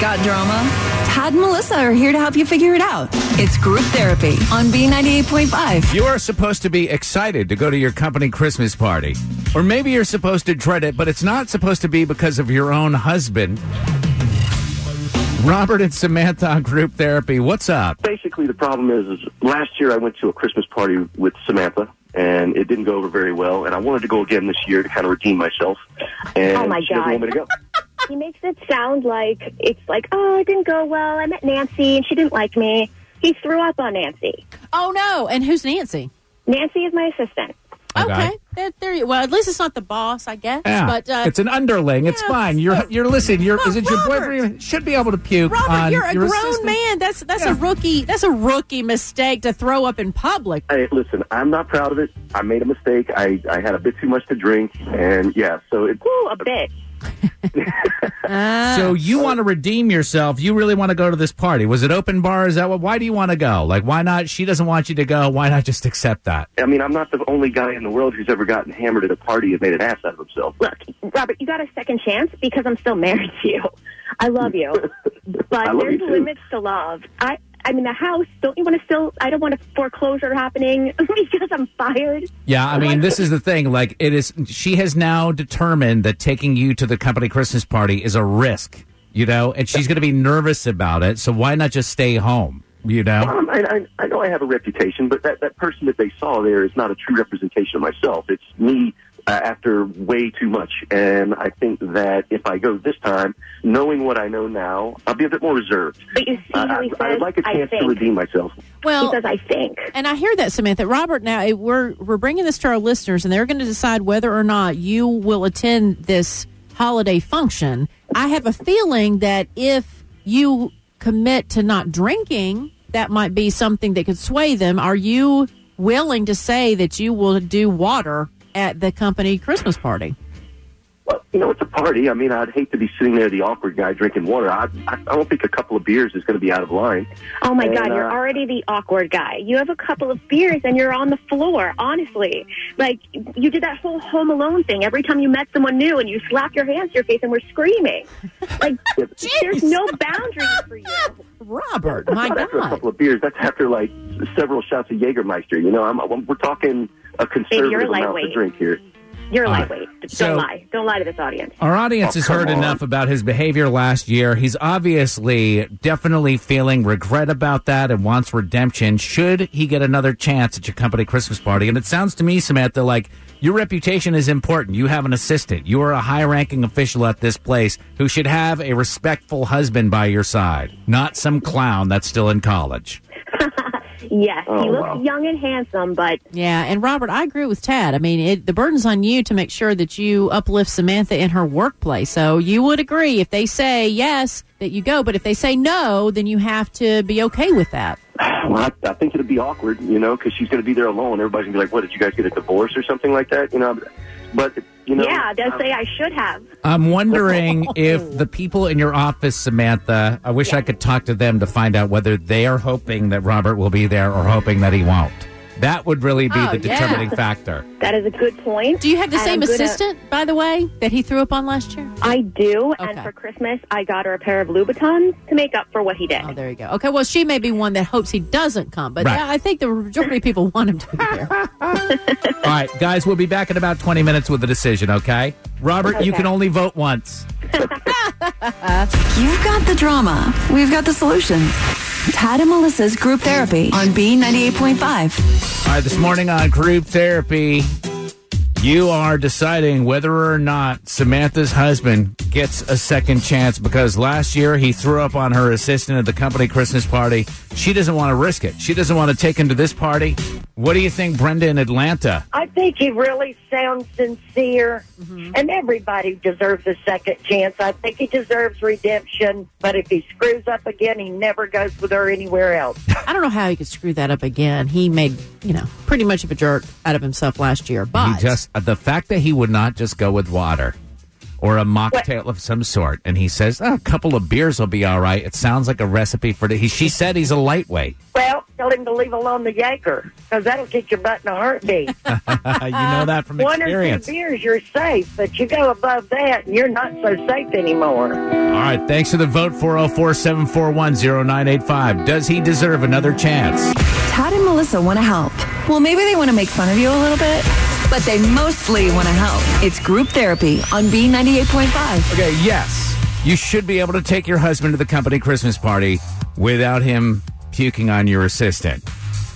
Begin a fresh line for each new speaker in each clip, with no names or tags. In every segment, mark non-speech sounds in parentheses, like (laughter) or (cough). Got drama? Tad and Melissa are here to help you figure it out. It's group therapy on B98.5.
You are supposed to be excited to go to your company Christmas party. Or maybe you're supposed to dread it, but it's not supposed to be because of your own husband. Robert and Samantha on group therapy. What's up?
basically the problem is, is last year I went to a Christmas party with Samantha and it didn't go over very well and I wanted to go again this year to kind of redeem myself and
Oh, my
she doesn't
God.
want me to go.
He makes it sound like it's like, oh, it didn't go well. I met Nancy and she didn't like me. He threw up on Nancy.
Oh no! And who's Nancy?
Nancy is my assistant.
Okay.
Okay, There, there you, well, at least it's not the boss, I guess.
Yeah,
But uh,
it's an underling. It's
yeah.
fine. You're you're listen. You're
Look,
is it your
Robert.
boyfriend? You Should be able to puke.
Robert,
on
you're a
uh, your
grown
assistant.
man. That's that's
Yeah.
a rookie. That's a rookie mistake to throw up in public.
Hey, listen, I'm not proud of it. I made a mistake. I, I had a bit too much to drink and yeah, so it
Ooh, a bit.
So you want to redeem yourself? You really want to go to this party? Was it open bar? Is that what? Why do you want to go? Like, why not? She doesn't want you to go. Why not just accept that?
I mean, I'm not the only guy in the world who's ever gotten hammered at a party and made an ass out of himself.
Look, Robert, you got a second chance because I'm still married to you. I
(laughs)
love you, but
I love you
there's
too.
limits to love. I, I mean, the house. Don't you want to still? I don't want a foreclosure happening (laughs) because I'm fired.
Yeah, I mean, this is the thing. Like, it is. She has now determined that taking you to the company Christmas party is a risk, you know, and she's going to be nervous about it. So why not just stay home, you know?
Um, I, I, I know I have a reputation, but that, that person that they saw there is not a true representation of myself. It's me uh, after way too much. And I think that if I go this time, knowing what I know now, I'll be a bit more reserved.
But you see
I,
how he
I- I
says,
would like a
"I
chance to
think."
redeem myself.
Well,
he says, I think.
And I hear that, Samantha. Robert, now it, we're we're bringing this to our listeners, and they're going to decide whether or not you will attend this holiday function. I have a feeling that if you commit to not drinking, that might be something that could sway them. Are you willing to say that you will do water at the company Christmas party?
Well, you know, it's a party. I mean, I'd hate to be sitting there, the awkward guy drinking water. I, I, I don't think a couple of beers is going to be out of line.
Oh my
And,
God, you're
uh,
already the awkward guy. You have a couple of beers and you're on the floor, honestly. Like, you did that whole Home Alone thing every time you met someone new and you slapped your hands to your face and were screaming.
(laughs)
Like, there's no boundaries for you.
Robert,
(laughs) That's
my
not after a
God.
couple of beers. That's after like several shots of Jägermeister. You know, I'm, I'm, we're talking a conservative amount to
lightweight.
drink here.
You're
All right.
lightweight. Don't
So-
lie. Don't lie to this audience.
Our audience
Oh,
has heard
come on.
enough about his behavior last year. He's obviously definitely feeling regret about that and wants redemption. Should he get another chance at your company Christmas party? And it sounds to me, Samantha, like your reputation is important. You have an assistant. You are a high ranking official at this place who should have a respectful husband by your side, not some clown that's still in college.
Yes, he
Oh,
looks
wow.
young and handsome, but
Yeah, and Robert, I agree with Tad. I mean, it, the burden's on you to make sure that you uplift Samantha in her workplace. So you would agree if they say yes that you go, but if they say no, then you have to be okay with that.
Well, I, I think it'd be awkward, you know, because she's going to be there alone. Everybody's going to be like, "What did you guys get a divorce or something like that?" You know, but you know,
yeah, they'll say I should have.
(laughs)
I'm wondering if the people in your office, Samantha, I wish I could talk to them to find out whether they are hoping that Robert will be there or hoping that he won't. That would really be
Oh,
the
yeah.
determining factor.
That is a good point.
Do you have the
And
same
I'm gonna-
assistant, by the way, that he threw up on last year?
I do,
Okay.
and for Christmas, I got her a pair of Louboutins to make up for what he did.
Oh, there you go. Okay, well, she may be one that hopes he doesn't come, but
Right.
yeah, I think the majority of people want him to be there.
All right, guys, we'll be back in about 20 minutes with a decision, okay? Robert, you
Okay.
can only vote once.
You've got the drama. We've got the solutions. Tad and Melissa's group therapy on B98.5.
All right, this morning on Group Therapy, you are deciding whether or not Samantha's husband gets a second chance because last year he threw up on her assistant at the company Christmas party. She doesn't want to risk it. She doesn't want to take him to this party. What do you think, Brenda in Atlanta?
I think he really sounds sincere, and everybody deserves a second chance. I think he deserves redemption, but if he screws up again, he never goes with her anywhere else.
I don't know how he could screw that up again. He made, you know, pretty much of a jerk out of himself last year, but.
He just uh, the fact that he would not just go with water or a mocktail of some sort, and he says "Ah, a couple of beers will be all right. It sounds like a recipe for the. He, she said he's a lightweight. (laughs)
Well, tell him to leave alone the Jaeger because that'll kick your butt in a heartbeat.
you know that from
One or
experience.
two beers, you're safe, but you go above that, and you're not so safe anymore.
All right, thanks for the vote 404 741 0985. Does he deserve another chance?
Tad and Melissa want to help. Well, maybe they want to make fun of you a little bit, but they mostly want to help. It's group therapy on B98.5.
Okay, yes. You should be able to take your husband to the company Christmas party without him puking on your assistant.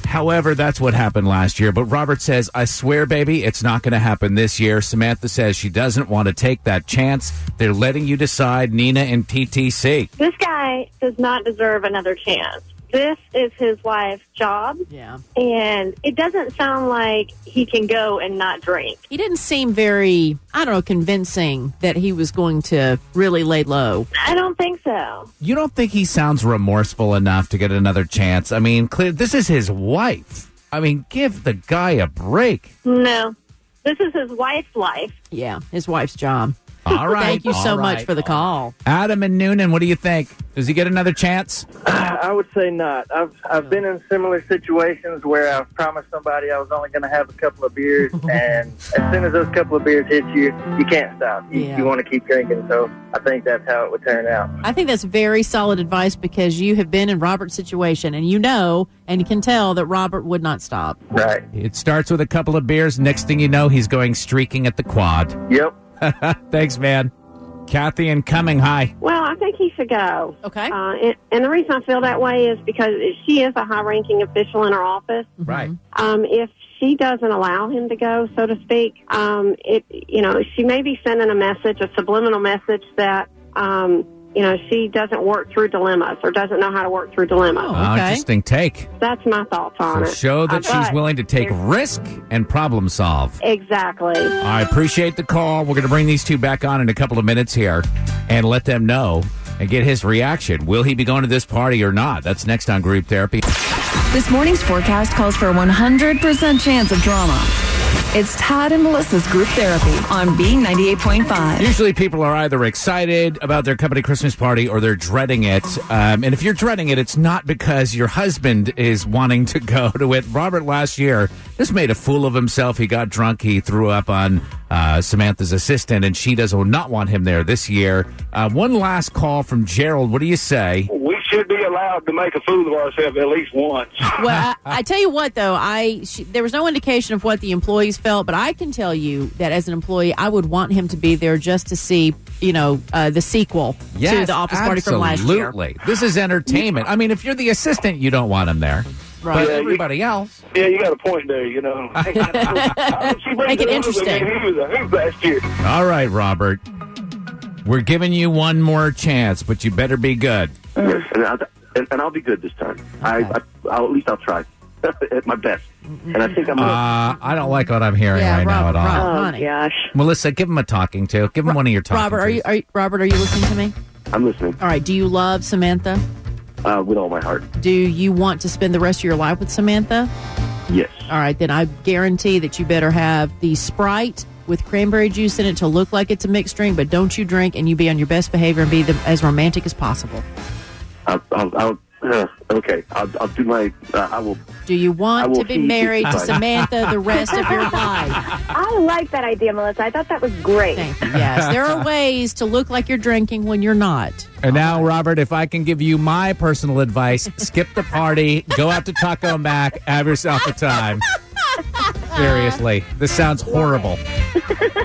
However, that's what happened last year. But Robert says, I swear, baby, it's not going to happen this year. Samantha says she doesn't want to take that chance. They're letting you decide, Nina and TTC.
This guy does not deserve another chance. This is his wife's job,
Yeah.
and it doesn't sound like he can go and not drink.
He didn't seem very, I don't know, convincing that he was going to really lay low.
I don't think so.
You don't think he sounds remorseful enough to get another chance? I mean, clear, this is his wife. I mean, give the guy a break.
No. This is his wife's life.
Yeah, his wife's job.
All right.
(laughs) Thank you so
all
much
right.
for the call.
Adam and Noonan, what do you think? Does he get another chance?
I would say not. I've I've been in similar situations where I've promised somebody I was only going to have a couple of beers, and as soon as those couple of beers hit you, you can't stop. You,
Yeah.
you want to keep drinking. So I think that's how it would turn out.
I think that's very solid advice because you have been in Robert's situation and you know and you can tell that Robert would not stop.
Right.
It starts with a couple of beers. Next thing you know, he's going streaking at the quad.
Yep.
Thanks, man. Kathy and Cumming, hi.
Mm-hmm.
Well, I think he should go.
Okay.
Uh, and, and the reason I feel that way is because she is a high ranking official in our office.
Right.
Um, if she doesn't allow him to go, so to speak, um, it you know she may be sending a message, a subliminal message that um, you know she doesn't work through dilemmas or doesn't know how to work through dilemmas.
Oh,
Okay.
interesting take.
That's my thoughts on
So
it.
show that
Uh,
she's
but-
willing to take risk and problem solve.
Exactly.
I appreciate the call. We're going to bring these two back on in a couple of minutes here and let them know and get his reaction. Will he be going to this party or not? That's next on Group Therapy.
This morning's forecast calls for a 100% chance of drama. It's Tad and Melissa's group therapy on B98.5.
Usually, people are either excited about their company Christmas party or they're dreading it. Um, and if you're dreading it, it's not because your husband is wanting to go to it. Robert last year just made a fool of himself. He got drunk. He threw up on uh, Samantha's assistant, and she does not want him there this year. Uh, one last call from Gerald. What do you say?
We should be allowed to make a fool of ourselves at least once.
well,
(laughs)
I, I tell you what, though, I she, there was no indication of what the employees felt, but I can tell you that as an employee, I would want him to be there just to see, you know, uh, the sequel to the office party from last year.
Absolutely. This is entertainment. I mean, if you're the assistant, you don't want him there.
Right.
But everybody else.
Yeah, you got a point there, you
(laughs)
know. Make
Make it interesting.
He was a hoop last year.
All right, Robert. We're giving you one more chance, but you better be good. Uh,
Yes, and I'll, and, and I'll be good this time. I, I, I'll, at least I'll try (laughs) at my best. And I think I'm gonna.
Uh, I don't like what I'm hearing
Yeah,
right now at
Rob-
all.
Rob.
Oh
Honey.
gosh.
Melissa, give him a talking to. Give him one of your talking
Robert, are you,
tos.
are you Robert? Are you listening to me?
I'm listening
All right. Do you love Samantha?
uh, with all my heart.
Do you want to spend the rest of your life with Samantha?
Yes.
All right, then I guarantee that you better have the Sprite with cranberry juice in it to look like it's a mixed drink, but don't you drink and you be on your best behavior and be the, as romantic as possible.
I'll, I'll, I'll, uh, okay. I'll, I'll do my. Uh, I will.
Do you
I
want
will
to be
feed you
married to
Sprite.
Samantha the rest of your life?
I like that idea, Melissa. I thought that was great.
Thank you. Yes, there are ways to look like you're drinking when you're not.
and now, Robert, if I can give you my personal advice, skip the party, go out to Taco Mac, have yourself a time. Seriously, this sounds horrible.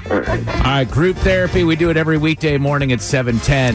All right, group therapy. We do it every weekday morning at 710.